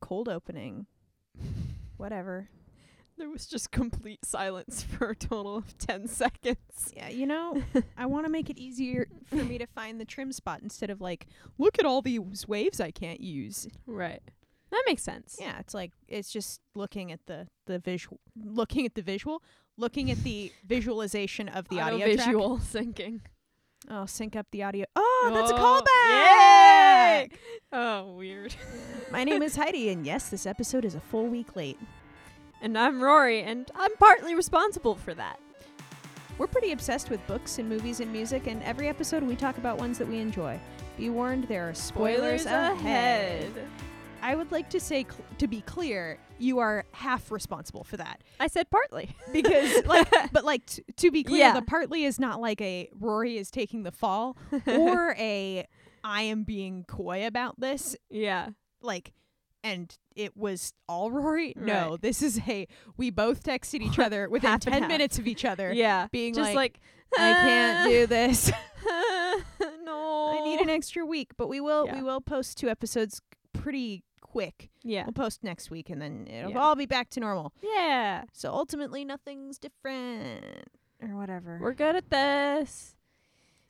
cold opening. Whatever. There was just complete silence for a total of 10 seconds. Yeah, you know, I want to make it easier for me to find the trim spot instead of like, look at all these waves I can't use. Right. That makes sense. Yeah, it's like it's just looking at the the visual, looking at the visual, looking at the visualization of the audio track. visual syncing. Oh, sync up the audio. Oh, that's a Oh, callback. yay! Oh, weird. My name is Heidi, and yes, this episode is a full week late. And I'm Rory, and I'm partly responsible for that. We're pretty obsessed with books and movies and music, and every episode we talk about ones that we enjoy. Be warned, there are spoilers, ahead. I would like to say, cl- to be clear, you are half responsible for that. I said partly. Because, like, but like, t- to be clear, Yeah. the partly is not like a Rory is taking the fall or a I am being coy about this. Yeah. Like, and it was all Rory. No, Right. this is a we both texted each other within Half and 10 half. minutes of each other. Yeah. Being just like, like, I can't do this. do No. I need an extra week, but we will we Oh. Yeah. will post two episodes pretty quick. Yeah. We'll post next week and then it'll Yeah. all be back to normal. Yeah. So ultimately nothing's different or whatever. We're good at this.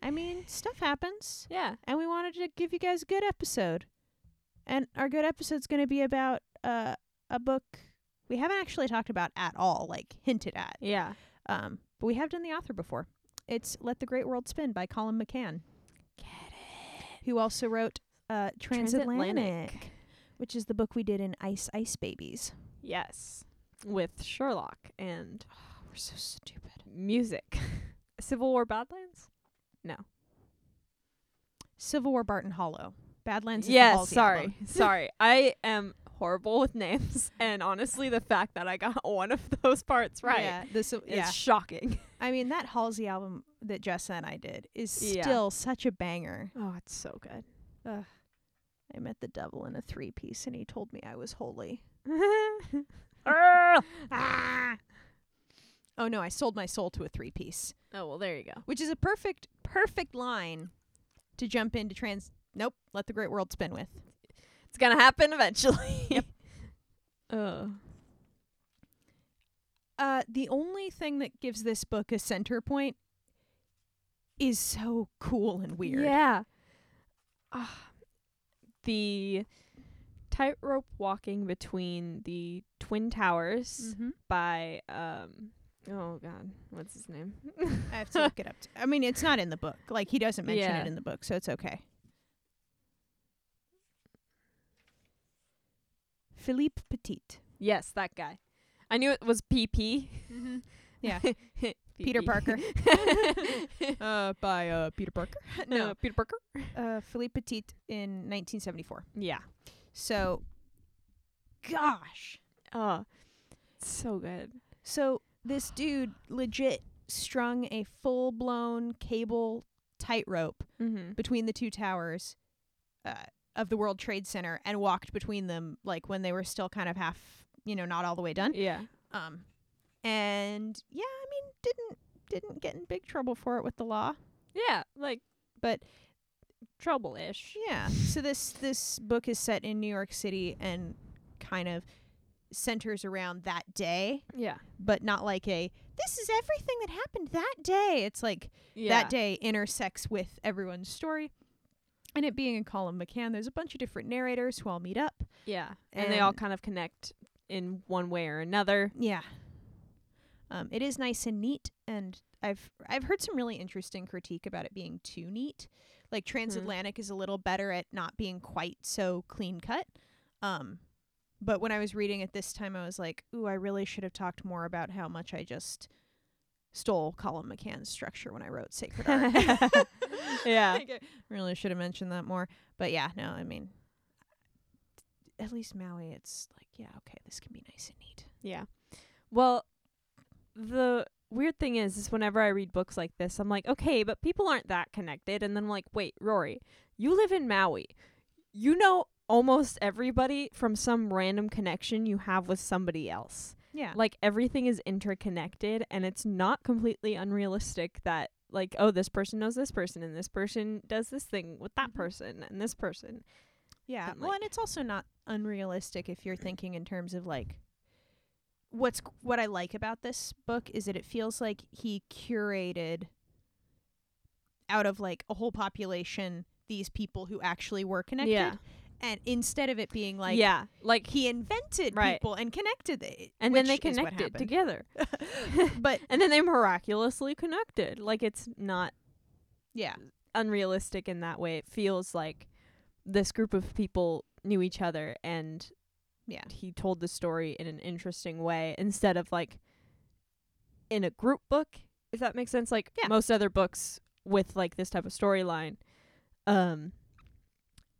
I mean, stuff happens Yeah. and we wanted to give you guys a good episode. And our good episode's going to be about uh a book we haven't actually talked about at all, like hinted at. Yeah. Um, but we have done the author before. It's Let the Great World Spin by Colin McCann. Who also wrote uh, Transatlantic, Transatlantic. which is the book we did in Ice Ice Babies. Yes. With Sherlock and We're so stupid. music. Civil War Badlands? Civil War Barton Hollow. Badlands is the Yes, Halsey sorry. album. sorry. I am horrible with names and honestly the fact that I got one of those parts right Yeah, this, is yeah. shocking. I mean, that Halsey album that Jess and I did is Yeah. still such a banger. Oh, it's so good. I met the devil in a three piece and he told me I was holy. oh, Oh no, I sold my soul to a three piece. Oh, well, there you go. which is a perfect perfect line to jump into trans nope let the great world spin with It's going to happen eventually. yep. Uh, uh the only thing that gives this book a center point is so cool and weird Yeah. Ah, the tightrope walking between the Twin Towers Mhm. by um oh god, what's his name? i have to look it up t- i mean it's not in the book like he doesn't mention Yeah. it in the book so it's okay philippe petit yes, that guy. I knew it was PP. Mm-hmm. Yeah. PP. peter parker uh by uh peter parker no, no Peter Parker. uh philippe petit in 1974 Yeah. so gosh Oh. So good. So this dude legit strung a full blown cable tightrope Mhm. between the two towers uh, of the World Trade Center and walked between them like when they were still kind of half, you know, not all the way done. Yeah. Um, and yeah, I mean, didn't didn't get in big trouble for it with the law, Yeah, like but trouble-ish. yeah. So this this book is set in New York City and kind of centers around that day, Yeah. but not like a this is everything that happened that day. It's like Yeah. that day intersects with everyone's story. And it being in Colin McCann, there's a bunch of different narrators who all meet up. Yeah. And, they all And- kind of connect in one way or another. Yeah. Um, it is nice and neat, and I've I've heard some really interesting critique about it being too neat. Like Transatlantic is a little better at not being quite so clean cut. Um, but when I was reading it this time, I was like, "Ooh, I really should have talked more about how much I just stole Colin McCann's structure when I wrote Sacred Art." Yeah. Like, I really should have mentioned that more. But yeah, no, I mean, at least Maui, it's like, yeah, okay, this can be nice and neat. Yeah. Well, the weird thing is, is whenever I read books like this, I'm like, okay, but people aren't that connected. And then I'm like, wait, Rory, you live in Maui. You know almost everybody from some random connection you have with somebody else. Yeah. Like everything is interconnected and it's not completely unrealistic that like Mm-hmm. oh this person knows this person and this person does this thing with that person and this person Yeah. and, well, like- and it's also not unrealistic if you're thinking in terms of like what's what I like about this book is that it feels like he curated out of like a whole population these people who actually were connected Yeah. and instead of it being like yeah, like he invented Right. people and connected it and then they which is what connected happened. together, but and then they miraculously connected. Like it's not yeah unrealistic in that way. It feels like this group of people knew each other and Yeah. he told the story in an interesting way instead of like in a group book, if that makes sense. Like Yeah. most other books with like this type of storyline, um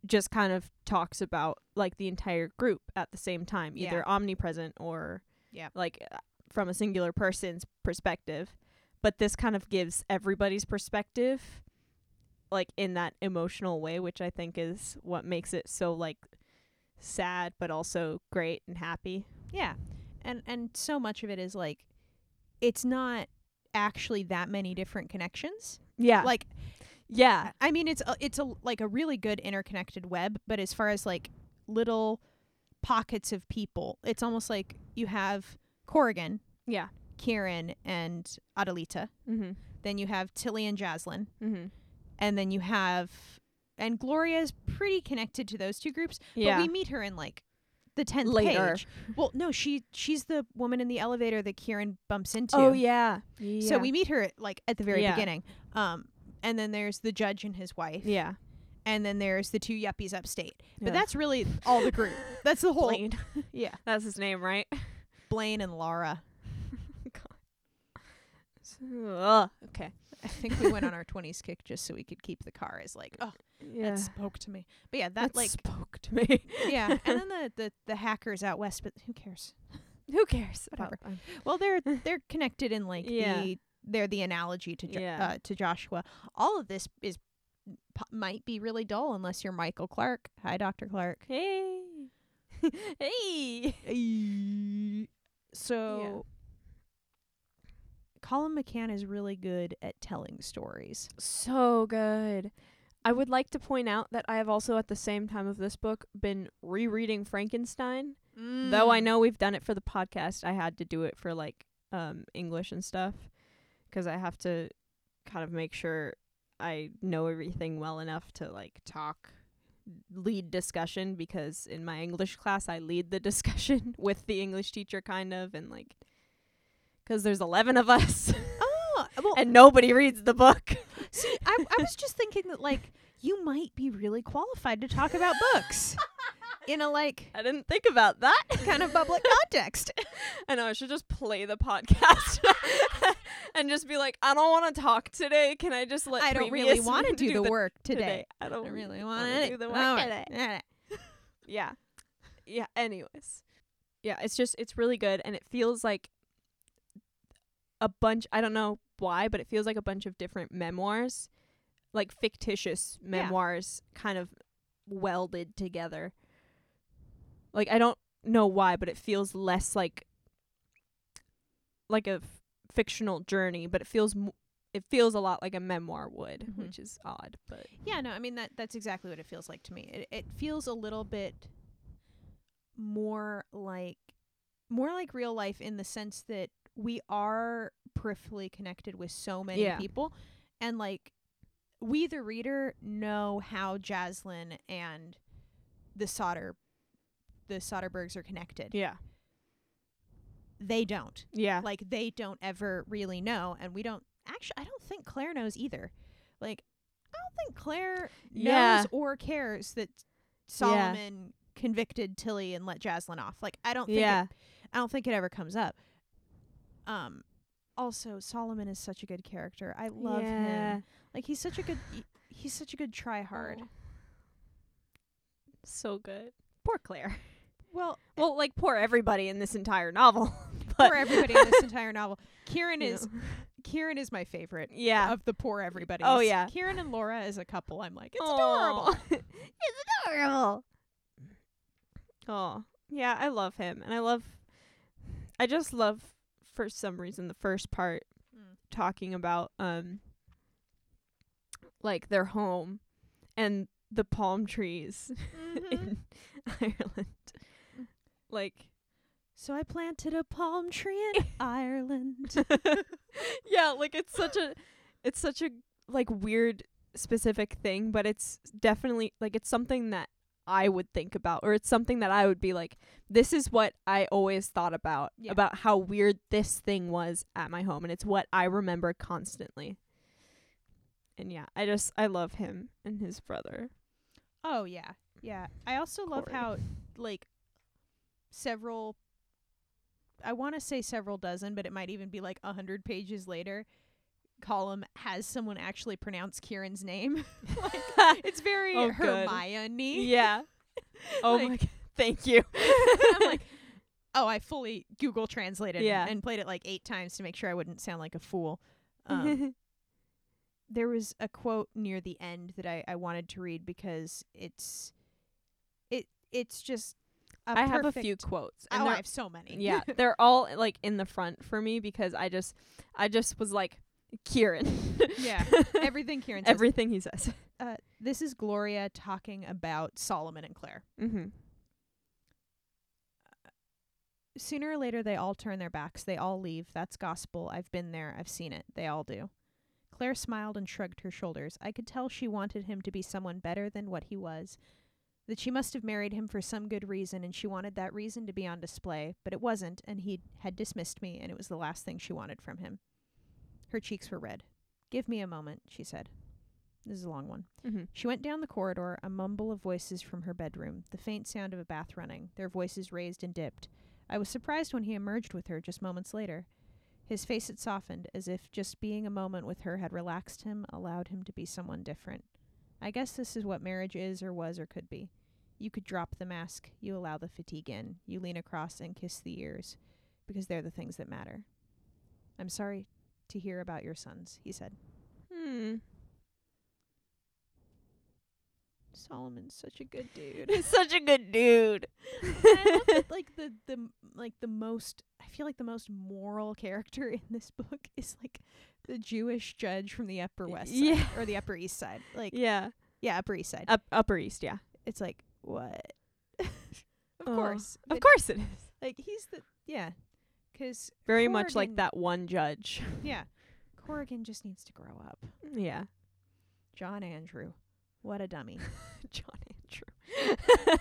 just kind of talks about like the entire group at the same time, either Yeah. omnipresent or Yeah. like uh, from a singular person's perspective. But this kind of gives everybody's perspective like in that emotional way, which I think is what makes it so like sad but also great and happy. Yeah. And and so much of it is like it's not actually that many different connections. Yeah. Like yeah. I mean it's a, it's a like a really good interconnected web, but as far as like little pockets of people, it's almost like you have Corrigan, Yeah. Kieran and Adelita, Mhm. then you have Tilly and Jaslyn, Mhm. and then you have and Gloria is pretty connected to those two groups, Yeah. but we meet her in like the 10th Later. page. Well, no, she she's the woman in the elevator that Kieran bumps into. oh yeah. So we meet her like at the very Yeah. beginning. Um and then there's the judge and his wife. Yeah. And then there's the two yuppies upstate. Yeah. But that's really all the group. That's the whole Blaine. yeah. That's his name, right? Blaine and Laura. Ugh. Okay. I think we went on our 20s kick just so we could keep the car as like, oh, Yeah. that spoke to me. But yeah, that like spoke to me. yeah. And then the, the the hackers out west, but who cares? Who cares? Whatever. about- Well, they're they're connected in like Yeah. the they're the analogy to jo- Yeah. uh, to Joshua. All of this is p- might be really dull unless you're Michael Clark. Hi, Doctor Clark. Hey. hey. So, Colin McCann is really good at telling stories. So good. I would like to point out that I have also, at the same time of this book, been rereading Frankenstein. Mm. Though I know we've done it for the podcast, I had to do it for like um, English and stuff because I have to kind of make sure I know everything well enough to like talk, lead discussion. Because in my English class, I lead the discussion with the English teacher, kind of, and like because there's 11 of us Oh, well, and nobody reads the book. see, I, I was just thinking that like you might be really qualified to talk about books in a like I didn't think about that. kind of public context. I know I should just play the podcast and just be like, I don't want to talk today. Can I just let I don't really previous want to one do, the work today. I I don't don't really wanna want to do the work today. Yeah, yeah. Anyways, yeah. It's just it's really good, and it feels like a bunch. I don't know why, but it feels like a bunch of different memoirs, like fictitious memoirs, kind of welded together. Like I don't know why, but it feels less like like a f- fictional journey, but it feels m- it feels a lot like a memoir would, Mhm. which is odd, but Yeah, no, I mean that that's exactly what it feels like to me. It it feels a little bit more like more like real life in the sense that we are peripherally connected with so many Yeah. people and like we the reader know how Jaslyn and the Sauter the Soderbergs are connected. yeah, They don't. yeah, Like they don't ever really know and we don't actually I don't think Claire knows either. Like I don't think Claire knows Yeah. or cares that Yeah. Solomon convicted Tilly and let Jaslyn off. Like I don't think it- yeah. I don't think it ever comes up. Um also Solomon is such a good character. I love him. Like he's such a good he- he's such a good try hard. Oh. So good. Poor Claire. Well, Well, like poor everybody in this entire novel. Eh. but poor everybody in this entire novel. Kieran you is know. Kieran is my favorite. yeah. of the poor everybody. Oh, yeah. Kieran and Laura as a couple. I'm like, it's Aw. adorable. it's adorable. Oh yeah, I love him, and I love. I just love, for some reason, the first part Mm. talking about um. Like their home, and the palm trees Mhm. in Ireland. Mm. Like, so I planted a palm tree in Ireland. yeah, like it's such a, it's such a like weird specific thing, but it's definitely like it's something that I would think about, or it's something that I would be like, this is what I always thought about Yeah. about how weird this thing was at my home, and it's what I remember constantly. And yeah, I just I love him and his brother. Oh yeah, yeah. I also love Corey. how like several. I want to say several dozen, but it might even be like a hundred pages later. Column has someone actually pronounce Kieran's name. It's very Oh, good. Hermione. yeah. Oh my Like- god. Thank you. I'm like, oh, I fully Google translated Yeah. and, and played it like eight times to make sure I wouldn't sound like a fool. Um, there was a quote near the end that I, I wanted to read because it's it it's just a I have a few perfect- quotes. Oh, and they're- I have so many. yeah, they're all like in the front for me because I just I just was like Kieran. Yeah. everything Kieran says. Everything he says. uh, this is Gloria talking about Solomon and Claire. Mm-hmm. Sooner or later, they all turn their backs. They all leave. That's gospel. I've been there. I've seen it. They all do. Claire smiled and shrugged her shoulders. I could tell she wanted him to be someone better than what he was. That she must have married him for some good reason, and she wanted that reason to be on display, but it wasn't, and he had dismissed me, and it was the last thing she wanted from him. Her cheeks were red. Give me a moment, she said. This is a long one. Mm-hmm. She went down the corridor, a mumble of voices from her bedroom, the faint sound of a bath running, their voices raised and dipped. I was surprised when he emerged with her just moments later. His face had softened, as if just being a moment with her had relaxed him, allowed him to be someone different. I guess this is what marriage is, or was, or could be. You could drop the mask, you allow the fatigue in, you lean across and kiss the ears, because they're the things that matter. I'm sorry to hear about your sons, he said. Hmm. Solomon's such a good dude. He's such a good dude. I love that, like the the m- like the most I feel like the most moral character in this book is like the Jewish judge from the Upper West Side Yeah. or the Upper East Side. Like yeah, yeah. Uh, Upper East Side. Up, Upper East, yeah. it's like what? of Oh, course. Of but, course it is. Like he's the yeah. 'Cause Very much like Corrigan- that one judge. yeah. Corrigan just needs to grow up. yeah. John Andrew. What a dummy. John Andrew.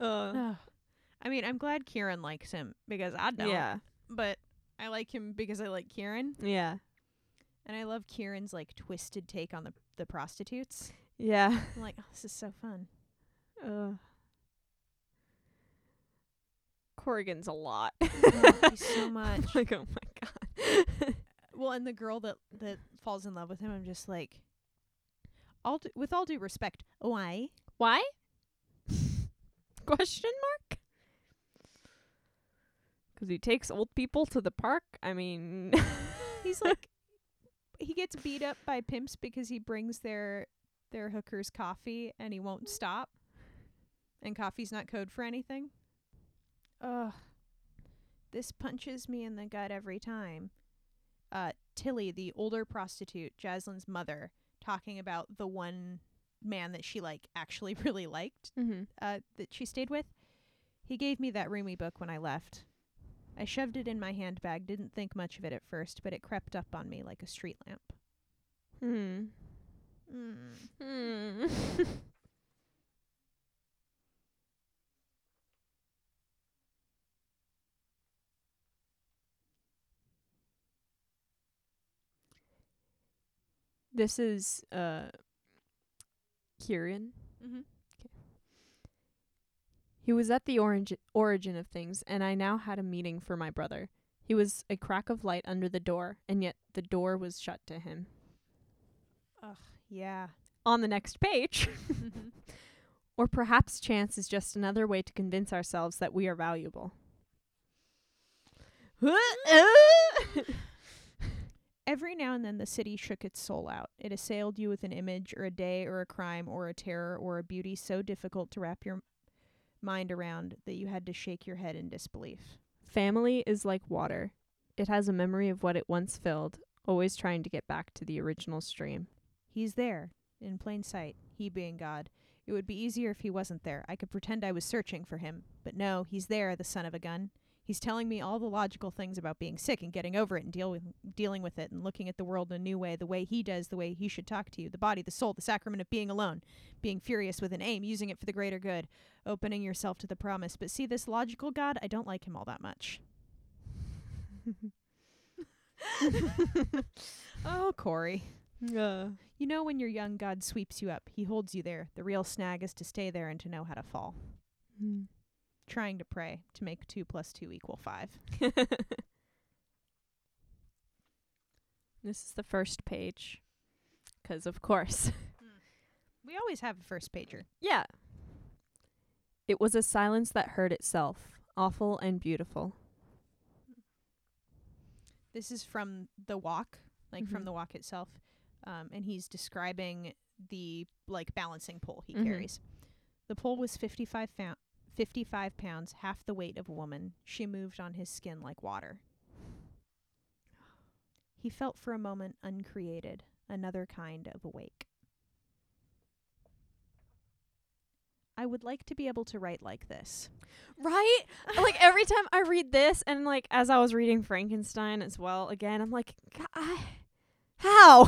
uh, Ugh. I mean, I'm glad Kieran likes him because I don't. Yeah. But I like him because I like Kieran. Yeah. And I love Kieran's like twisted take on the the prostitutes. Yeah. I'm like, oh, this is so fun. Uh. Corrigan's a lot. Oh, he's so much. like, oh my god. Well, and the girl that that falls in love with him, I'm just like, all d- with all due respect, why? Why? Question mark? Because he takes old people to the park. I mean, He's like, he gets beat up by pimps because he brings their their hookers coffee and he won't stop. And coffee's not code for anything. Ugh, this punches me in the gut every time. Uh, Tilly, the older prostitute, Jaslyn's mother, talking about the one man that she like actually really liked mm-hmm. uh, that she stayed with. He gave me that roomy book when I left. I shoved it in my handbag, didn't think much of it at first, but it crept up on me like a street lamp. hmm. Mm. Hmm. this is uh Kieran. Mm-hmm. He was at the origin origin of things, and I now had a meeting for my brother. He was a crack of light under the door, and yet the door was shut to him. Yeah. On the next page, or perhaps chance is just another way to convince ourselves that we are valuable. Every now and then the city shook its soul out. It assailed you with an image or a day or a crime or a terror or a beauty so difficult to wrap your mind around that you had to shake your head in disbelief. Family is like water. It has a memory of what it once filled, always trying to get back to the original stream. He's there, in plain sight, he being God. It would be easier if he wasn't there. I could pretend I was searching for him. But no, he's there, the son of a gun. He's telling me all the logical things about being sick and getting over it and deal with, dealing with it and looking at the world in a new way, the way he does, the way he should talk to you, the body, the soul, the sacrament of being alone, being furious with an aim, using it for the greater good, opening yourself to the promise. But see, this logical God, I don't like him all that much. oh, Corey. Yeah. You know, when you're young, God sweeps you up. He holds you there. The real snag is to stay there and to know how to fall. Hmm. Trying to pray to make two plus two equal five. this is the first page. 'Cause of course. We always have a first pager. Yeah. It was a silence that heard itself, awful and beautiful. This is from the walk, like from Mhm. the walk itself. Um, and he's describing the like balancing pole he Mhm. carries. The pole was 55, fou- 55 pounds, half the weight of a woman. She moved on his skin like water. He felt for a moment uncreated, another kind of awake. I would like to be able to write like this. Right? like every time I read this and like as I was reading Frankenstein as well again, I'm like, "G- I, how?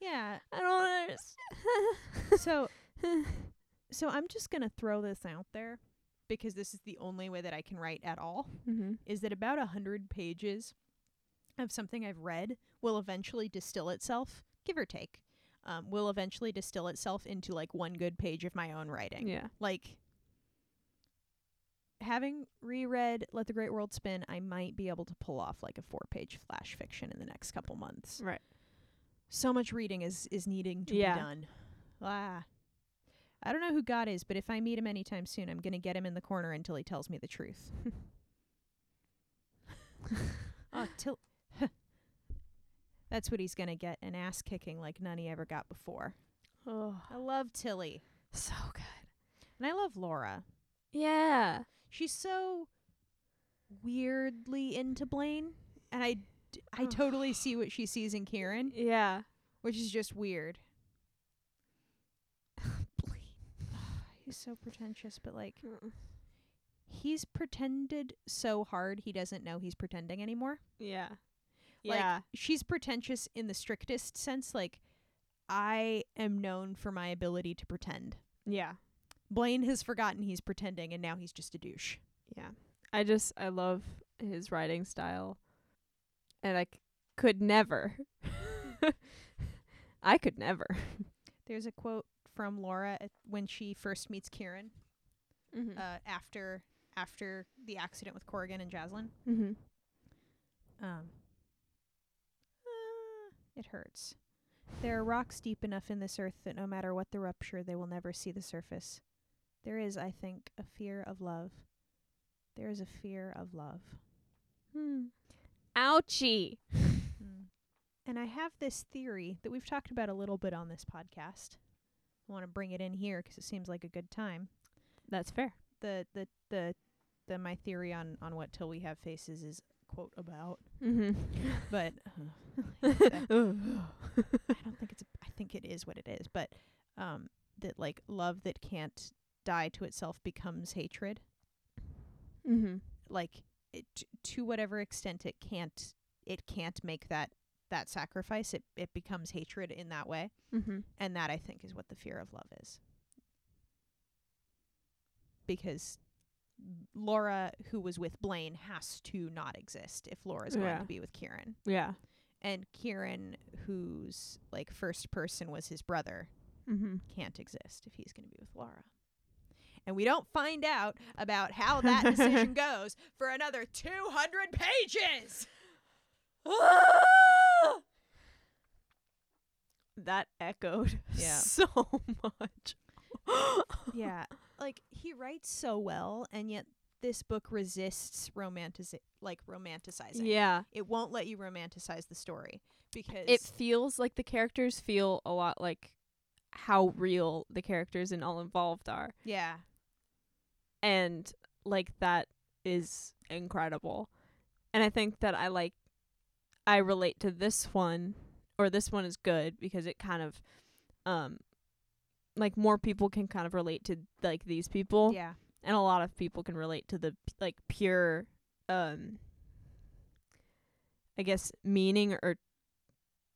Yeah. I don't understand. So so I'm just going to throw this out there because this is the only way that I can write at all mm-hmm. is that about a 100 pages of something I've read will eventually distill itself, give or take, um, will eventually distill itself into like one good page of my own writing. Yeah. Like, having reread Let the Great World Spin, I might be able to pull off like a four page flash fiction in the next couple months. Right. So much reading is, is needing to Yeah. be done. Ah. I don't know who God is, but if I meet him anytime soon, I'm going to get him in the corner until he tells me the truth. Oh, till that's what he's gonna get an ass kicking like none he ever got before. Oh, I love Tilly, so good. and I love Laura. Yeah. She's so weirdly into Blaine, and I, d- I Ugh. totally see what she sees in Kieran, Yeah. which is just weird. He's so pretentious, but like Mm. he's pretended so hard he doesn't know he's pretending anymore. Yeah. Like, Yeah. she's pretentious in the strictest sense. Like, I am known for my ability to pretend. yeah. Blaine has forgotten he's pretending and now he's just a douche. Yeah. I just I love his writing style. And I c- could never. I could never. There's a quote from Laura at, when she first meets Kieran Mm-hmm. uh, after after the accident with Corrigan and Jaslyn. mm-hmm. Um, uh, it hurts. There are rocks deep enough in this earth that no matter what the rupture, they will never see the surface. There is, I think, a fear of love. There is a fear of love. Hmm. Ouchie. Mm. And I have this theory that we've talked about a little bit on this podcast. I want to bring it in here 'cause it seems like a good time. That's fair. The the the the my theory on on what till we have faces is quote about, Mm-hmm. but I don't think it's. I think it is what it is, but um, that like love that can't die to itself becomes hatred. mm-hmm. Like it, to whatever extent it can't, it can't make that that sacrifice. It it becomes hatred in that way. Mm-hmm. And that I think is what the fear of love is. Because Laura, who was with Blaine, has to not exist if Laura's going Yeah. to be with Kieran. Yeah. And Kieran, whose like first person was his brother, Mm-hmm. can't exist if he's going to be with Laura. And we don't find out about how that decision goes for another 200 pages. That echoed Yeah. so much. yeah like he writes so well and yet this book resists romantici- like romanticizing yeah. it won't let you romanticize the story because it feels like the characters feel a lot like how real the characters and all involved are yeah and like that is incredible and i think that i like i relate to this one or this one is good because it kind of um like more people can kind of relate to like these people Yeah. and a lot of people can relate to the p- like pure um i guess meaning or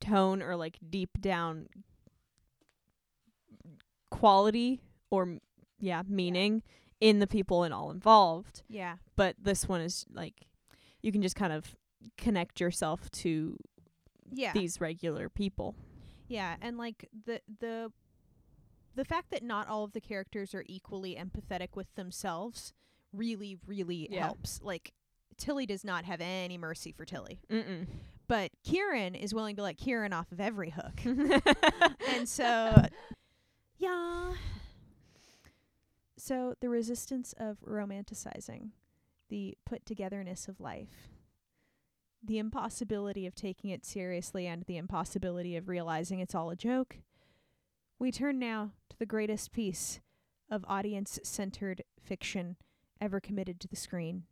tone or like deep down quality or m- yeah meaning in the people and all involved Yeah. but this one is like you can just kind of connect yourself to Yeah. these regular people Yeah, and like the the the fact that not all of the characters are equally empathetic with themselves really really Yeah. helps. Like Tilly does not have any mercy for Tilly, Mm-mm. but Kieran is willing to let Kieran off of every hook. and and so yeah. So the resistance of romanticizing, the put togetherness of life, the impossibility of taking it seriously and the impossibility of realizing it's all a joke. We turn now to the greatest piece of audience-centered fiction ever committed to the screen.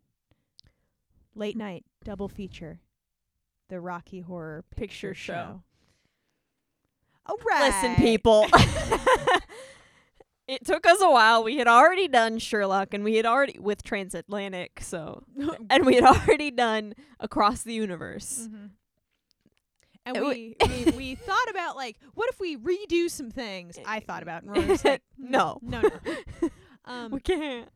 Late night double feature. The Rocky Horror Picture, Picture Show. Show. All right. Listen, people. it took us a while. We had already done Sherlock and we had already with Transatlantic, so and we had already done Across the Universe. Mhm. And Uh, we, we we thought about like, what if we redo some things? I thought about, and Rory was like, "Mm, No. no, no." Um, we can't.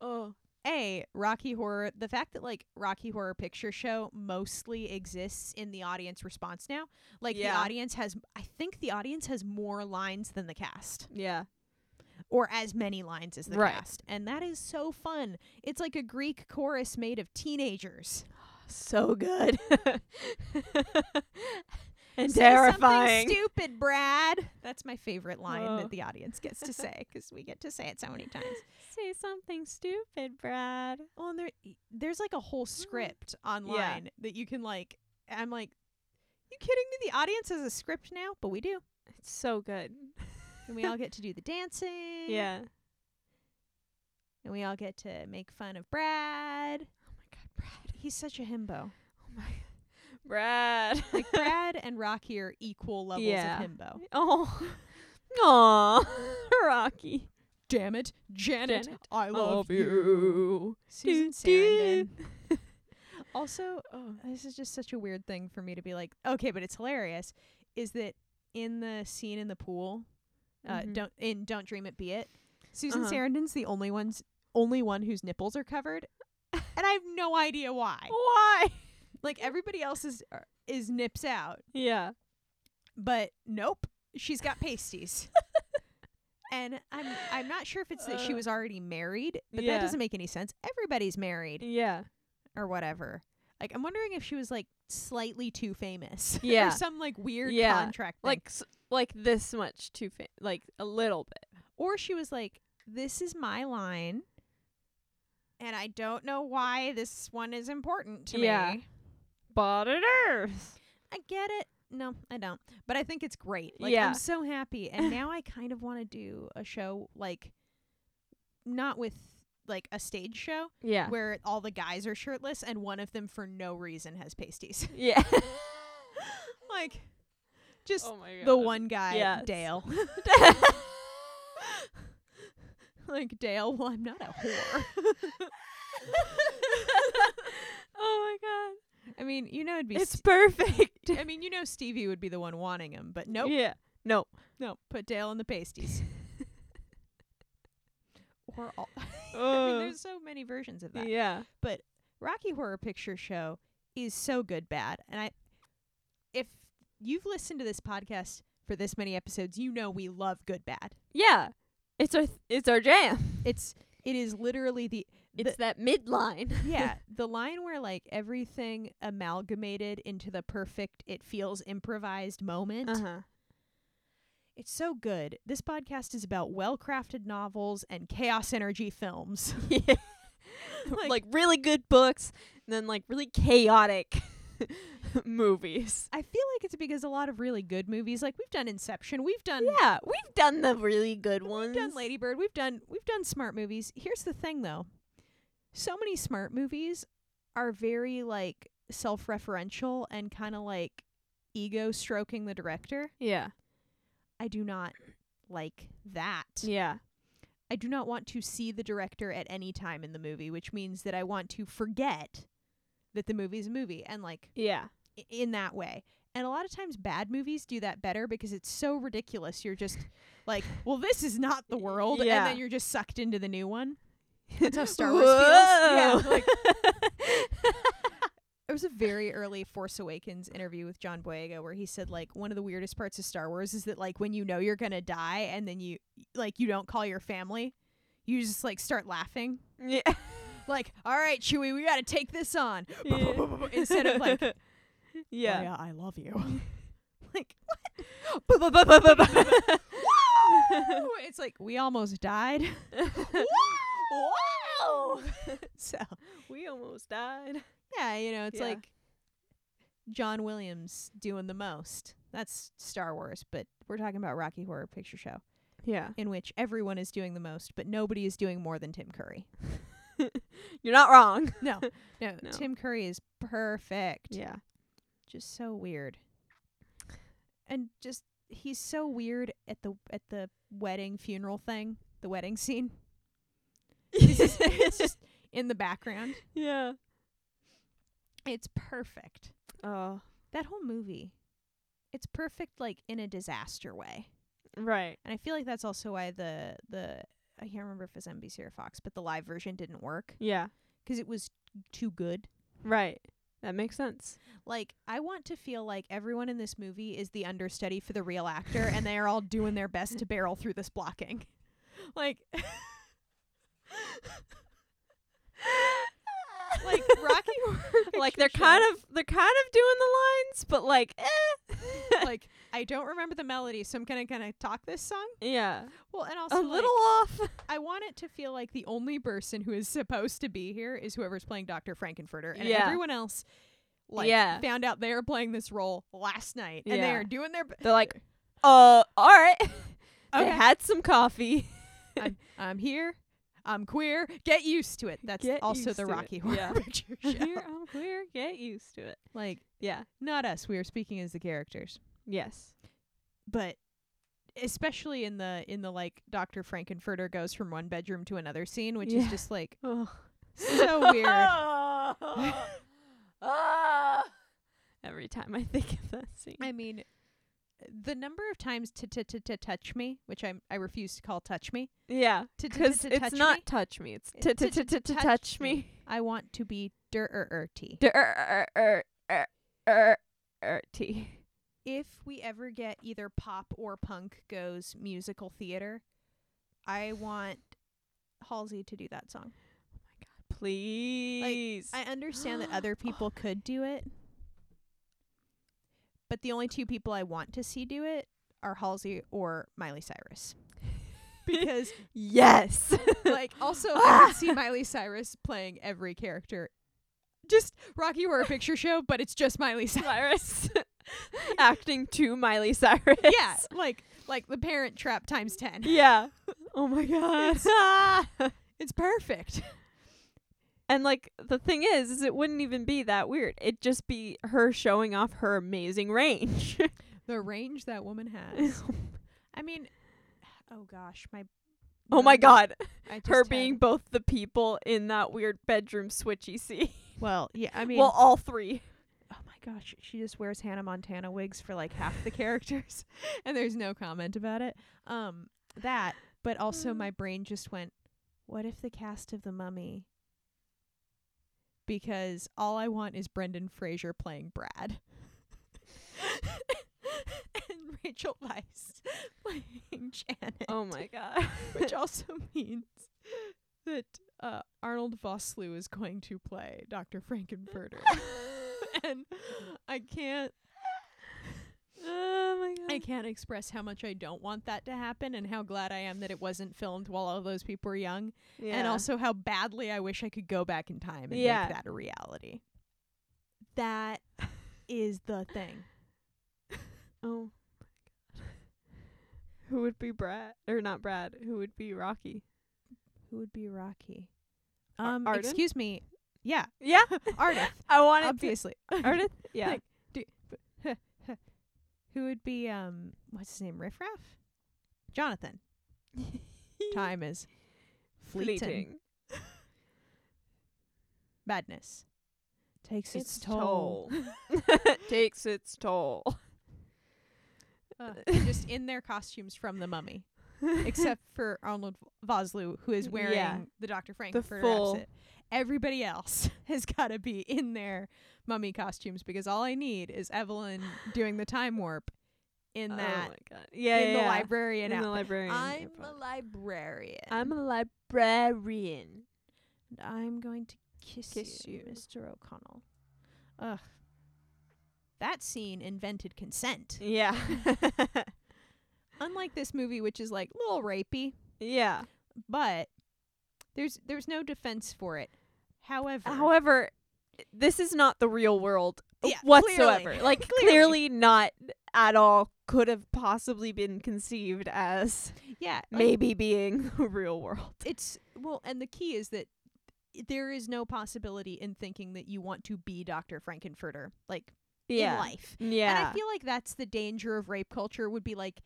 Oh. a Rocky Horror. The fact that like Rocky Horror Picture Show mostly exists in the audience response now. Like the Yeah. audience has, I think the audience has more lines than the cast, Yeah. or as many lines as the Right. cast, and that is so fun. It's like a Greek chorus made of teenagers. So good. and Say terrifying. Something stupid, Brad. That's my favorite line Oh. that the audience gets to say because we get to say it so many times. Say something stupid, Brad. Well, and there, there's like a whole script online that you can like. I'm like, you kidding me? The audience has a script now, but we do, It's so good. and we all get to do the dancing. Yeah. and we all get to make fun of Brad. Oh my god, Brad. He's such a himbo. Oh my Brad. Like Brad and Rocky are equal levels Yeah. of himbo. Oh. Aw. Rocky. Damn it, Janet, Janet, I Do, Susan do. Sarandon. Also, Oh. this is just such a weird thing for me to be like, okay, but it's hilarious. Is that in the scene in the pool? Uh, Mhm. don't in Don't Dream It Be It. Susan Uh-huh. Sarandon's the only one's only one whose nipples are covered, and I have no idea why. Why? Like everybody else is are- is nips out, Yeah. but nope, she's got pasties. and I'm I'm not sure if it's that she Uh, was already married, but yeah. that doesn't make any sense. Everybody's married. Yeah. or whatever. Like I'm wondering if she was like slightly too famous. Yeah. or some like weird Yeah. contract. Like Like s- like this much too fa- like a little bit. or she was like, This is my line and I don't know why this one is important to Yeah. me. But it is. I get it. No, I don't. But I think it's great. Like Yeah. I'm so happy. And now I kind of want to do a show like not with like a stage show Yeah. where all the guys are shirtless and one of them for no reason has pasties. yeah. like just Oh my the one guy Yes. dale like dale well i'm not a whore oh my i mean you know it'd be god. It's it's perfect. i mean you know stevie would be the one wanting him but nope Yeah. No. nope put dale in the pasties or all i mean Oh. there's so many versions of that yeah. rocky horror picture show is so good bad and i if you've listened to this podcast for this many episodes you know we love good bad Yeah. It's our th- it's our jam. it's it is literally the It's that midline. yeah, the line where like everything amalgamated into the perfect it feels improvised moment. Uh-huh. It's so good. This podcast is about well-crafted novels and chaos energy films. Yeah. like, really good books and then like really chaotic movies. I feel like it's because a lot of really good movies like we've done Inception, we've done Yeah, we've done the really good ones. we've done Lady Bird, we've done we've done smart movies. Here's the thing though. So many smart movies are very like self-referential and kind of like ego stroking the director. Yeah. I do not like that. Yeah. I do not want to see the director at any time in the movie, which means that I want to forget that the movie's a movie and like Yeah. i- in that way. And a lot of times bad movies do that better because it's so ridiculous. You're just like, well, this is not the world. Yeah. And then you're just sucked into the new one. That's how Star Wars feels. Yeah, Whoa. like- It was a very early Force Awakens interview with John Boyega where he said like one of the weirdest parts of Star Wars is that like when you know you're gonna die and then you like you don't call your family, you just like start laughing. yeah. Like, all right, Chewie, we gotta take this on. Instead of like, yeah, yeah. I love you. like, woo! it's like we almost died. wow! so we almost died. yeah, you know, it's Yeah. like John Williams doing the most. That's Star Wars, but we're talking about Rocky Horror Picture Show, Yeah. in which everyone is doing the most, but nobody is doing more than Tim Curry. You're not wrong. No, no, No. Tim Curry is perfect. Yeah. just so weird and just he's so weird at the at the wedding funeral thing the wedding scene it's just, it's just in the background yeah. it's perfect Oh, that whole movie it's perfect like in a disaster way right. and i feel like that's also why the the i can't remember if it's nbc or fox but the live version didn't work Yeah. 'cause it was too good Right. That makes sense. like i want to feel like everyone in this movie is the understudy for the real actor and they are all doing their best to barrel through this blocking like like rocky Horror like Picture they're Show. kind of they're kind of doing the lines, but like eh. like i don't remember the melody so i'm gonna kind of talk this song yeah. well and A also little like, off. i want it to feel like the only person who is supposed to be here is whoever's playing dr frankenfurter and Yeah. everyone else like Yeah. found out they are playing this role last night and they Yeah. are doing their b- They're like, uh, all right. Okay. They had some coffee. I'm, I'm here. I'm queer. Get used to it. That's Get also used the to it. Rocky Horror Yeah. Picture Show. I'm queer. Get used to it. like, Yeah. not us. We are speaking as the characters, Yes. but especially in the in the like Doctor Frankenfurter goes from one bedroom to another scene, which is Yeah. just like Oh. so weird. Every time I think of that scene. I mean, the number of times to to to to touch me, which I am I refuse to call touch me, Yeah. to to Because to it's touch me. not touch me. It's It's to- to- to- to- to touch touch me. me. I want to be er, dirty. D- er- er- er- er- er- T. if we ever get either pop or punk goes musical theater, I want Halsey to do that song. Please. I understand that other people could do it, but the only two people I want to see do it are Halsey or Miley Cyrus. Because yes. like also I Ah! would see Miley Cyrus playing every character. Just Rocky Horror Picture Show, but it's just Miley Cyrus. Cyrus. Acting to Miley Cyrus. Yeah, like like the Parent Trap times 10. Yeah. Oh my god. It's perfect. and like the thing is, is it wouldn't even be that weird. It'd just be her showing off her amazing range. the range that woman has. I mean, oh gosh, my oh my mind- god. I just Her had- being both the people in that weird bedroom switchy scene. well, yeah. I mean, well, all three. oh my gosh, she just wears Hannah Montana wigs for like half the characters, and there's no comment about it. Um, that, but also my brain just went, what if the cast of The Mummy? Because all I want is Brendan Fraser playing Brad. and Rachel Weisz playing Janet. Oh my god. which also means that uh, Arnold Vosloo is going to play Dr. Frankenfurter. and I can't oh my god. I can't express how much I don't want that to happen and how glad I am that it wasn't filmed while all those people were young yeah. and also how badly I wish I could go back in time and Yeah. make that a reality. That is the thing. Oh. my God. Who would be Brad or not Brad? Who would be Rocky? Who would be Rocky? Ar- Um Arden? excuse me. Yeah, Yeah, Ardith, I wanted obviously. to. Ardith? Yeah. Like- Who would be um what's his name? Riff Raff? Jonathan, time is fleeting. Fleeting. Madness takes its, toll. Takes its toll. Ugh, they're Uh, just in their costumes from the mummy, except for Arnold Vosloo, who is wearing Yeah. the Dr. Frankfurter full- outfit. Everybody else has got to be in their mummy costumes because all I need is Evelyn doing the time warp in that Oh Yeah, in yeah, the yeah. librarian In the outfit. librarian. I'm a outfit. librarian. I'm a librarian. And I'm going to kiss, Kiss you, you. Mr. O'Connell. Ugh. That scene invented consent. Yeah. Unlike this movie, which is like little rapey, yeah. but there's there's no defense for it. However, However, this is not the real world Yeah, whatsoever. clearly. Like Clearly. clearly. not at all could have possibly been conceived as yeah, like, maybe being the real world. it's well, and the key is that there is no possibility in thinking that you want to be Dr. Frankenfurter, like in life. Yeah. And I feel like that's the danger of rape culture would be like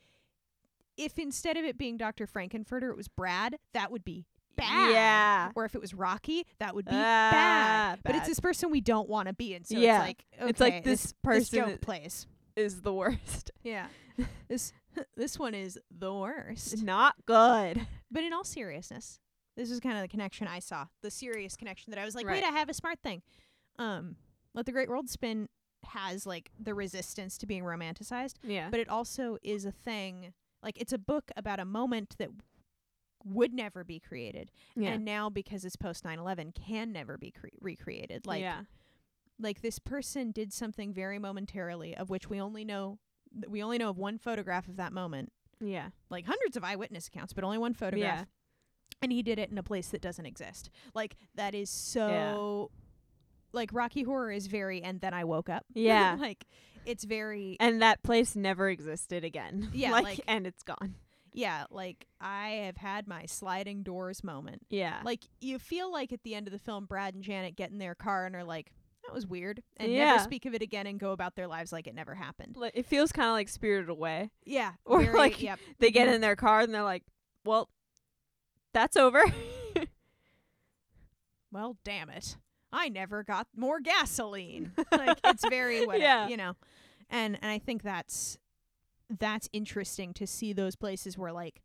if instead of it being Dr. Frankenfurter it was Brad, that would be bad. Yeah. Or if it was Rocky, that would be Ah, bad. But it's bad. this person we don't want to be and so Yeah. it's like okay, it's like this, this person joke plays. is the worst. Yeah. this this one is the worst. Not good. But in all seriousness, this is kind of the connection I saw. The serious connection that I was like, wait, Right. I have a smart thing. Um, Let the Great World Spin has like the resistance to being romanticized Yeah. but it also is a thing like it's a book about a moment that would never be created yeah. and now because it's post 9/11 can never be cre- recreated like yeah. like this person did something very momentarily of which we only know th- we only know of one photograph of that moment Yeah. like hundreds of eyewitness accounts but only one photograph Yeah. and he did it in a place that doesn't exist like that is so like Rocky Horror is very and then I woke up Yeah. like it's very And that place never existed again. Yeah, like, like- and it's gone. Yeah, like I have had my sliding doors moment. Yeah. Like you feel like at the end of the film, Brad and Janet get in their car and are like, "That was weird," and never Yeah. speak of it again and go about their lives like it never happened. Like, it feels kind of like Spirited Away. Yeah, Or, like, yep. They get Mhm. in their car and they're like, "Well, that's over." well, damn it, I never got more gasoline. like it's very what Yeah. you know, and and I think that's that's interesting to see those places where like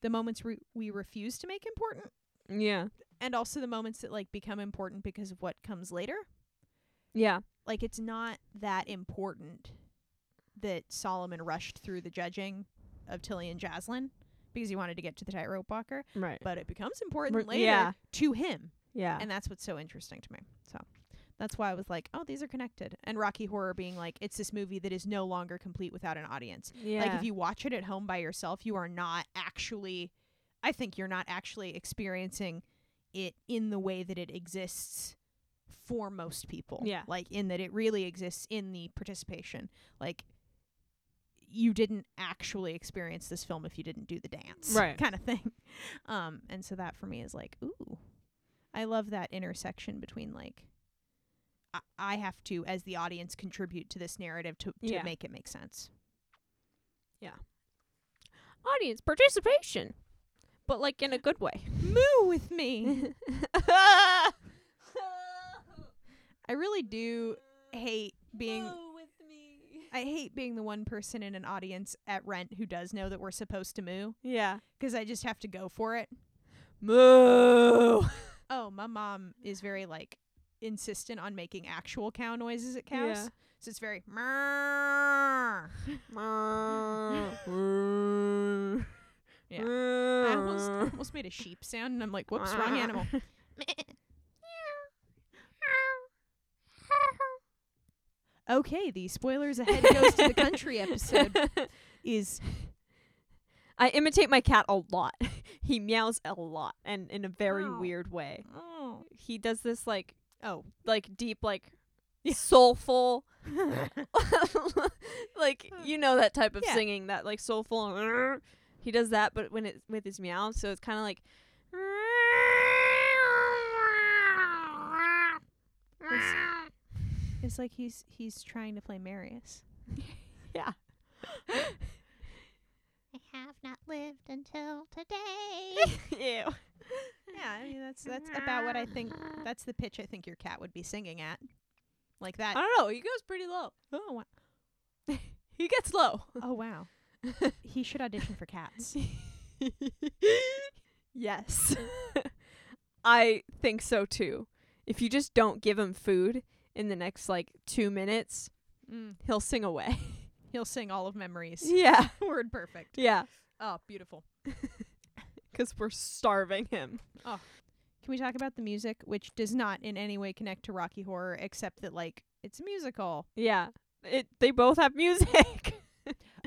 the moments re- we refuse to make important, yeah. and also the moments that like become important because of what comes later. Yeah. like it's not that important that Solomon rushed through the judging of Tilly and Jaslyn because he wanted to get to the tightrope walker, Right. but it becomes important We're- later yeah. to him, yeah. and that's what's so interesting to me. So that's why I was like, oh, these are connected. And Rocky Horror being like, it's this movie that is no longer complete without an audience. yeah. Like if you watch it at home by yourself, you are not actually I think you're not actually experiencing it in the way that it exists for most people. Yeah. Like in that it really exists in the participation. Like you didn't actually experience this film if you didn't do the dance. Right. Kind of thing. Um and so that for me is like, ooh. I love that intersection between like I, I have to as the audience contribute to this narrative to, to Yeah. make it make sense. audience participation, but like in a good way. moo with me. I really do hate being with me. I hate being the one person in an audience at rent who does know that we're supposed to moo Yeah. 'cause I just have to go for it. Moo. Oh, my mom is very like insistent on making actual cow noises at cows. Yeah. So it's very "Meow." Yeah. I almost, I almost made a sheep sound and I'm like, whoops, wrong animal. Okay, the spoilers ahead goes to the country episode is I imitate my cat a lot. he meows a lot and in a very Meow. weird way. oh, He does this like oh. like deep like soulful Oh. like you know that type of Yeah. singing that like soulful he does that but when it's with his meow so it's kind of like It's like he's he's trying to play Marius. yeah I have not lived. lived until today. Ew. yeah, I mean that's that's about what I think. That's the pitch I think your cat would be singing at, like that. I don't know. He goes pretty low. Uh, Oh wow! He gets low. Oh wow! he should audition for cats. yes. I think so too. If you just don't give him food in the next like 2 minutes, Mm, he'll sing away. he'll sing all of memories. yeah. Word perfect. Yeah. Oh, beautiful. Cuz we're starving him. Can we talk about the music, which does not in any way connect to Rocky Horror, except that like it's a musical. Yeah. It they both have music.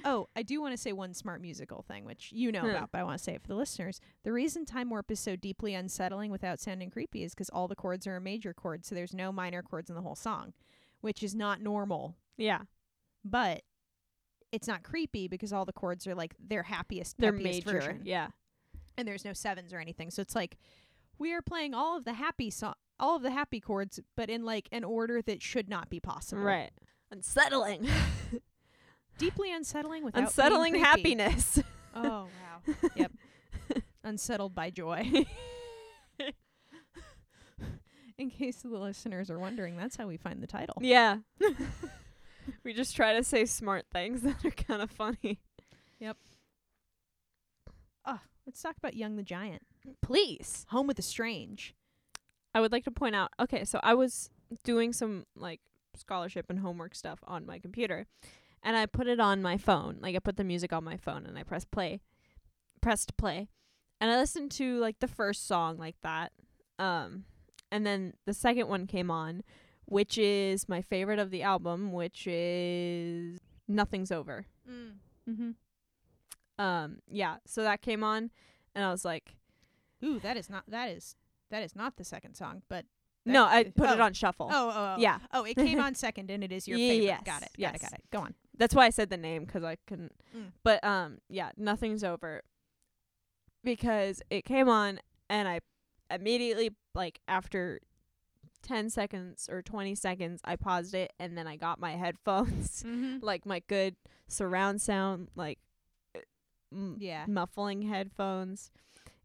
Oh, I do want to say one smart musical thing, which you know Huh. about, but I want to say it for the listeners. The reason Time Warp is so deeply unsettling without sounding creepy is 'cause all the chords are a major chord, so there's no minor chords in the whole song, which is not normal, yeah. but it's not creepy because all the chords are like their happiest, They're peppiest major. version, Yeah. and there's no sevens or anything. So it's like we are playing all of the happy song, all of the happy chords, but in like an order that should not be possible. Right. Unsettling. Deeply unsettling without being Unsettling creepy. happiness. Oh wow. Yep. Unsettled by joy. In case the listeners are wondering, that's how we find the title. Yeah. we just try to say smart things that are kind of funny. Let's talk about Young the Giant. Please. Home with the Strange. I would like to point out okay, so I was doing some like scholarship and homework stuff on my computer, and I put it on my phone. Like, I put the music on my phone and I pressed play, pressed play, and I listened to like the first song like that. Um, and then the second one came on, which is my favorite of the album, which is Nothing's Over. Mm. hmm Um, yeah, so that came on, and I was like, Ooh, that is not that is that is not the second song, but That- no, I put it oh. on shuffle. oh, oh, oh. Yeah. Oh, it came on second and it is your Ye- favorite. yes, Got it. Got yes. it. Got it. Go on. That's why I said the name 'cause I couldn't. Mm. But um, yeah, nothing's over because it came on and I immediately like after ten seconds or twenty seconds, I paused it and then I got my headphones, Mm-hmm. like my good surround sound, like uh, m- Yeah. muffling headphones.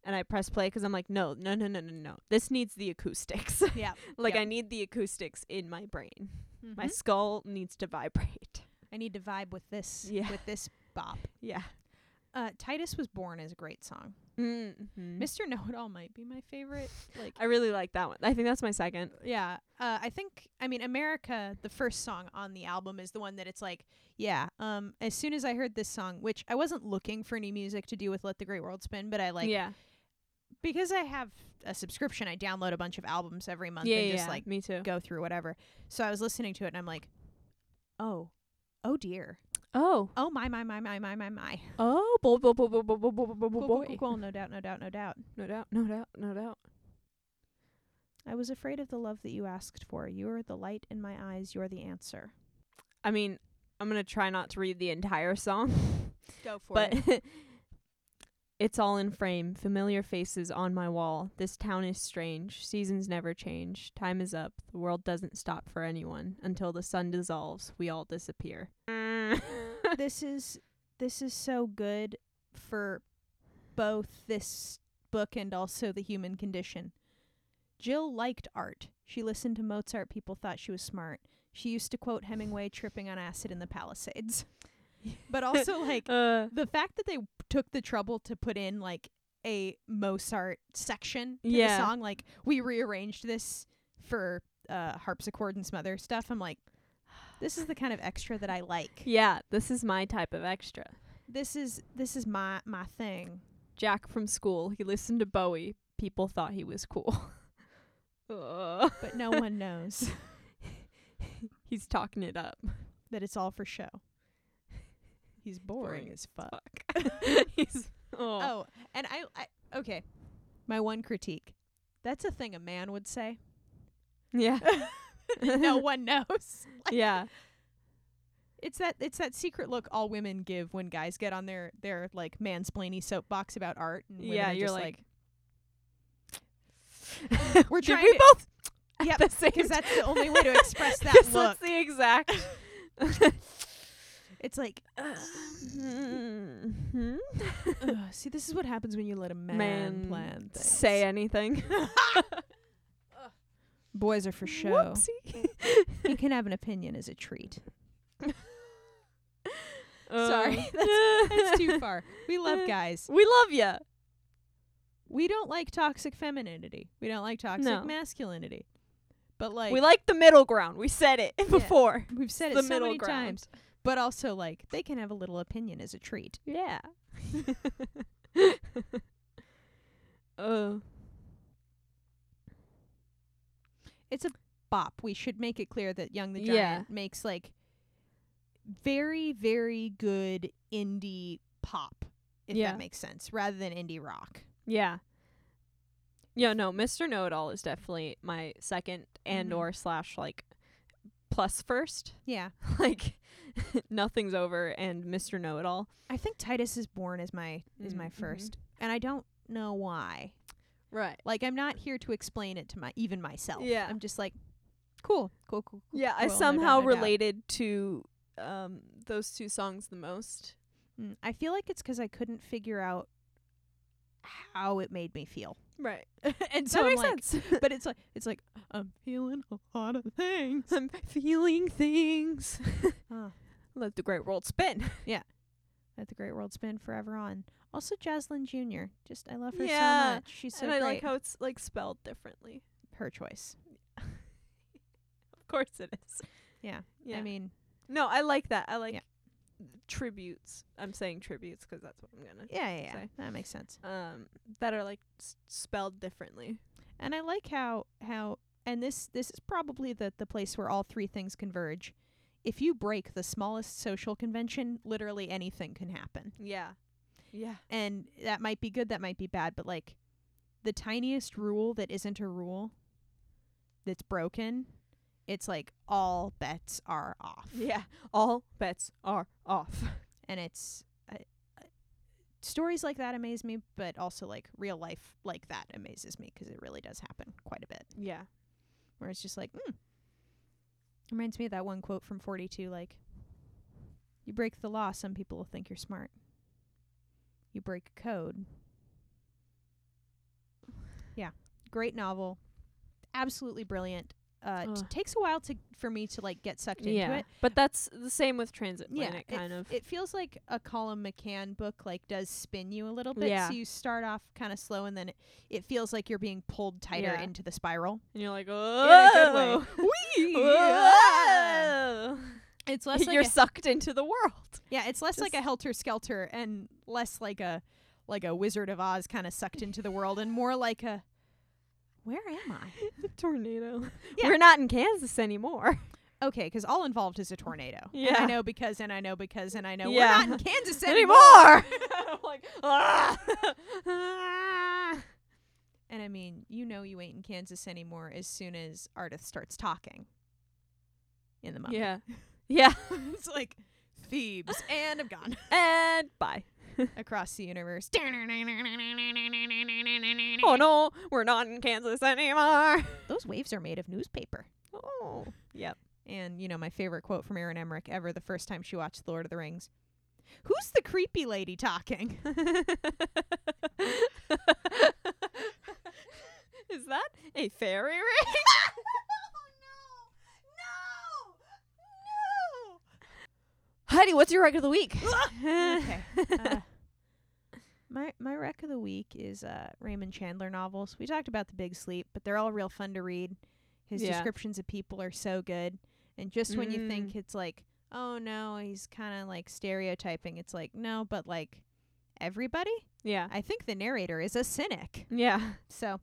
And I press play 'cause I'm like, no, no, no, no, no, no. This needs the acoustics. Yeah. like, Yep. I need the acoustics in my brain. My Mhm. skull needs to vibrate. I need to vibe with this Yeah. with this bop. Yeah. Uh, Titus was born is a great song. Mm-hmm. Mr. Know It All might be my favorite. Like I really like that one. I think that's my second. Yeah. Uh, I think I mean America, the first song on the album is the one that it's like, yeah. Um as soon as I heard this song, which I wasn't looking for any music to do with Let the Great World Spin, but I like yeah, because I have a subscription, I download a bunch of albums every month yeah, and yeah, just yeah. like me too. go through whatever. So I was listening to it and I'm like, "Oh. Oh dear. Oh, Oh my my my my my my my. oh, boy, boy, boy, boy, boy, boy, boy, boy, Cool, boy, cool, boy. cool, cool. No doubt, no doubt, no doubt. No doubt, no doubt, no doubt. I was afraid of the love that you asked for. You are the light in my eyes. You're the answer." I mean, I'm gonna try not to read the entire song, Go for but it's all in frame. Familiar faces on my wall. This town is strange. Seasons never change. Time is up. The world doesn't stop for anyone until the sun dissolves. We all disappear. this is this is so good for both this book and also the human condition. Jill liked art. She listened to Mozart. People thought she was smart. She used to quote Hemingway tripping on acid in the Palisades. But also like uh, the fact that they took the trouble to put in like a Mozart section to Yeah. the song like we rearranged this for uh harpsichord and some other stuff. I'm like this is the kind of extra that I like yeah, this is my type of extra. this is this is my my thing. Jack from school. He listened to Bowie. People thought he was cool. Ugh. But no one knows He's talking it up. that it's all for show. He's boring, Boring as fuck. Fuck. He's oh. Oh, and I, I okay. My one critique. That's a thing a man would say. yeah, no one knows. yeah, It's that it's that secret look all women give when guys get on their their like mansplainy soapbox about art and women yeah. are You're just like, We're Did trying we to- both Yep, at the same because that's the only way to express that Yes, look. That's the exact. It's like, Mhm. ugh, see, this is what happens when you let a man, Man plan things. Say anything. Boys are for show. Whoopsie. You can have an opinion as a treat. Uh, Sorry, that's, that's too far. We love guys. We love ya. We don't like toxic femininity. We don't like toxic No. masculinity. But like, we like the middle ground. We said it before. we've said the it so middle many ground. times. But also like, they can have a little opinion as a treat. Yeah. uh, it's a bop. We should make it clear that Young the Giant Yeah. makes like very, very good indie pop, if Yeah. that makes sense, rather than indie rock. yeah. Yeah, no, Mr. Know It All is definitely my second and Mhm. or slash like plus first. Yeah. Like nothing's over and Mr. Know It All. I think Titus is born is my is my Mm, mhm. 1st And I don't know why. Right. Like I'm not here to explain it to my even myself. Yeah. I'm just like cool, cool, cool, cool. Yeah, I cool, no doubt, no somehow doubt. related to um those two songs the most. Mm, I feel like it's 'cause I couldn't figure out how it made me feel. Right. and so So that I'm makes like, sense. but it's like it's like I'm feeling a lot of things. I'm feeling things. Ah. Let the great world spin. Let the great world spin forever on. Also, Jaslyn Jr. Just I love her Yeah, so much. She's so and I great. like how it's like spelled differently. her choice. Of course it is. Yeah, Yeah. I mean, no, I like that. I like Yeah. tributes. I'm saying tributes 'cause that's what I'm gonna. yeah, yeah, yeah. Say. that makes sense. Um, that are like s- spelled differently. And I like how how and this this is probably the the place where all three things converge. If you break the smallest social convention, literally anything can happen. Yeah. Yeah. And that might be good, that might be bad, but like the tiniest rule that isn't a rule that's broken, it's like all bets are off. Yeah. All bets are off. and it's I, I- stories like that amaze me but also like real life like that amazes me 'cause it really does happen quite a bit Yeah. where it's just like hmm reminds me of that one quote from 42 like you break the law some people will think you're smart you break a code yeah great novel absolutely brilliant uh t- Ugh. takes a while to for me to like get sucked into yeah. it But that's the same with Transatlantic, it, kind of. It feels like a Colin McCann book, like does spin you a little bit. Yeah. So you start off kind of slow, and then it, it feels like you're being pulled tighter Yeah. into the spiral. and you're like, a oh, good Whee! It's less like Ah. you're a, sucked into the world. yeah, it's less like a just- helter skelter and less like a like a Wizard of Oz kind of sucked into the world, and more like a where am I? tornado. Yeah. We're not in Kansas anymore. Okay, 'cause all involved is a tornado. And Yeah. I know because, and I know because, and I know Yeah. we're not in Kansas anymore. anymore. I'm like, ah. And I mean, you know you ain't in Kansas anymore as soon as Artith starts talking in the moment. yeah, yeah, it's like Thebes and I'm gone and bye. across the universe. Oh no, we're not in Kansas anymore. Those waves are made of newspaper. Oh, yep. And you know my favorite quote from Erin Emmerich ever the first time she watched Lord of the Rings. Who's the creepy lady talking? Is that a fairy ring? Heidi, what's your reg of the week? okay. Uh, my my rec of the week is uh, Raymond Chandler novels. We talked about The Big Sleep, but they're all real fun to read. His Yeah. descriptions of people are so good, and just when you think Mm. it's like, oh no, he's kind of like stereotyping, it's like no, but like everybody. yeah, I think the narrator is a cynic. yeah. So,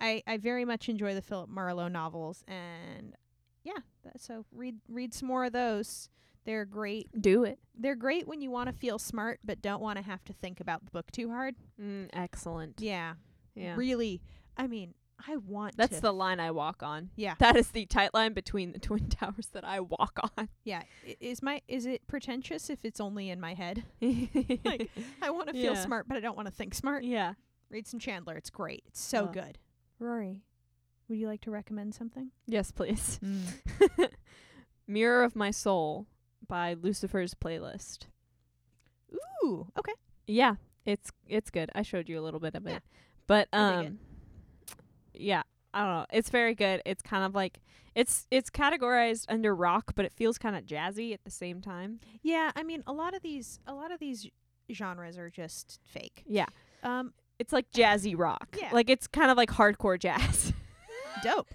I I very much enjoy the Philip Marlowe novels, and yeah, that, so read read some more of those. They're great Do it. they're great when you want to feel smart but don't want to have to think about the book too hard. Mm, excellent. Yeah. Yeah. Really. I mean, I want That's to- the line I walk on. Yeah. That is the tight line between the twin towers that I walk on. Yeah. I- Is my is it pretentious if it's only in my head? Like, I want to feel Yeah. smart but I don't want to think smart. er, yeah. Read some Chandler. It's great. It's so Uh. good. Rory, would you like to recommend something? Yes, please. Mirror of My Soul by Lucifer's playlist. Ooh, okay. Yeah, it's it's good. I showed you a little bit of it. Yeah. But I dig um Yeah, I don't know. It's very good. It's kind of like it's it's categorized under rock, but it feels kind of jazzy at the same time. Yeah, I mean a lot of these a lot of these genres are just fake. Yeah. Um It's like jazzy rock. Yeah. Like it's kind of like hardcore jazz. dope.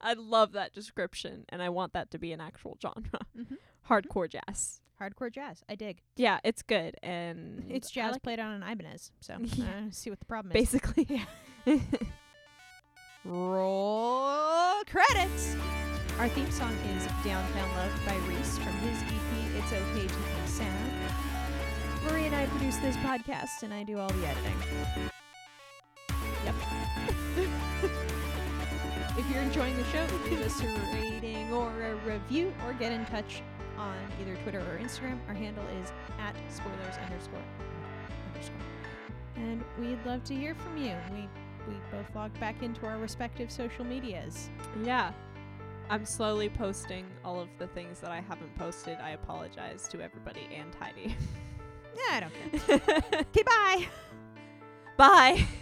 I love that description and I want that to be an actual genre. Mhm. Hardcore jazz. Hardcore jazz. I dig. Yeah, it's good and It's Mm, I jazz like played on an Ibanez, so Yeah. I don't see what the problem is. basically. Yeah. Roll credits. Our theme song is Downtown Love by Reese from his EP It's Okay to Be Sad. Marie and I produce this podcast and I do all the editing. Yep. if you're enjoying the show, leave us a rating or a review or get in touch on either Twitter or Instagram. Our handle is at spoilers underscore underscore. And we'd love to hear from you. We we both logged back into our respective social medias. Yeah. I'm slowly posting all of the things that I haven't posted. I apologize to everybody and Heidi. Yeah, I don't care. Okay, bye. Bye.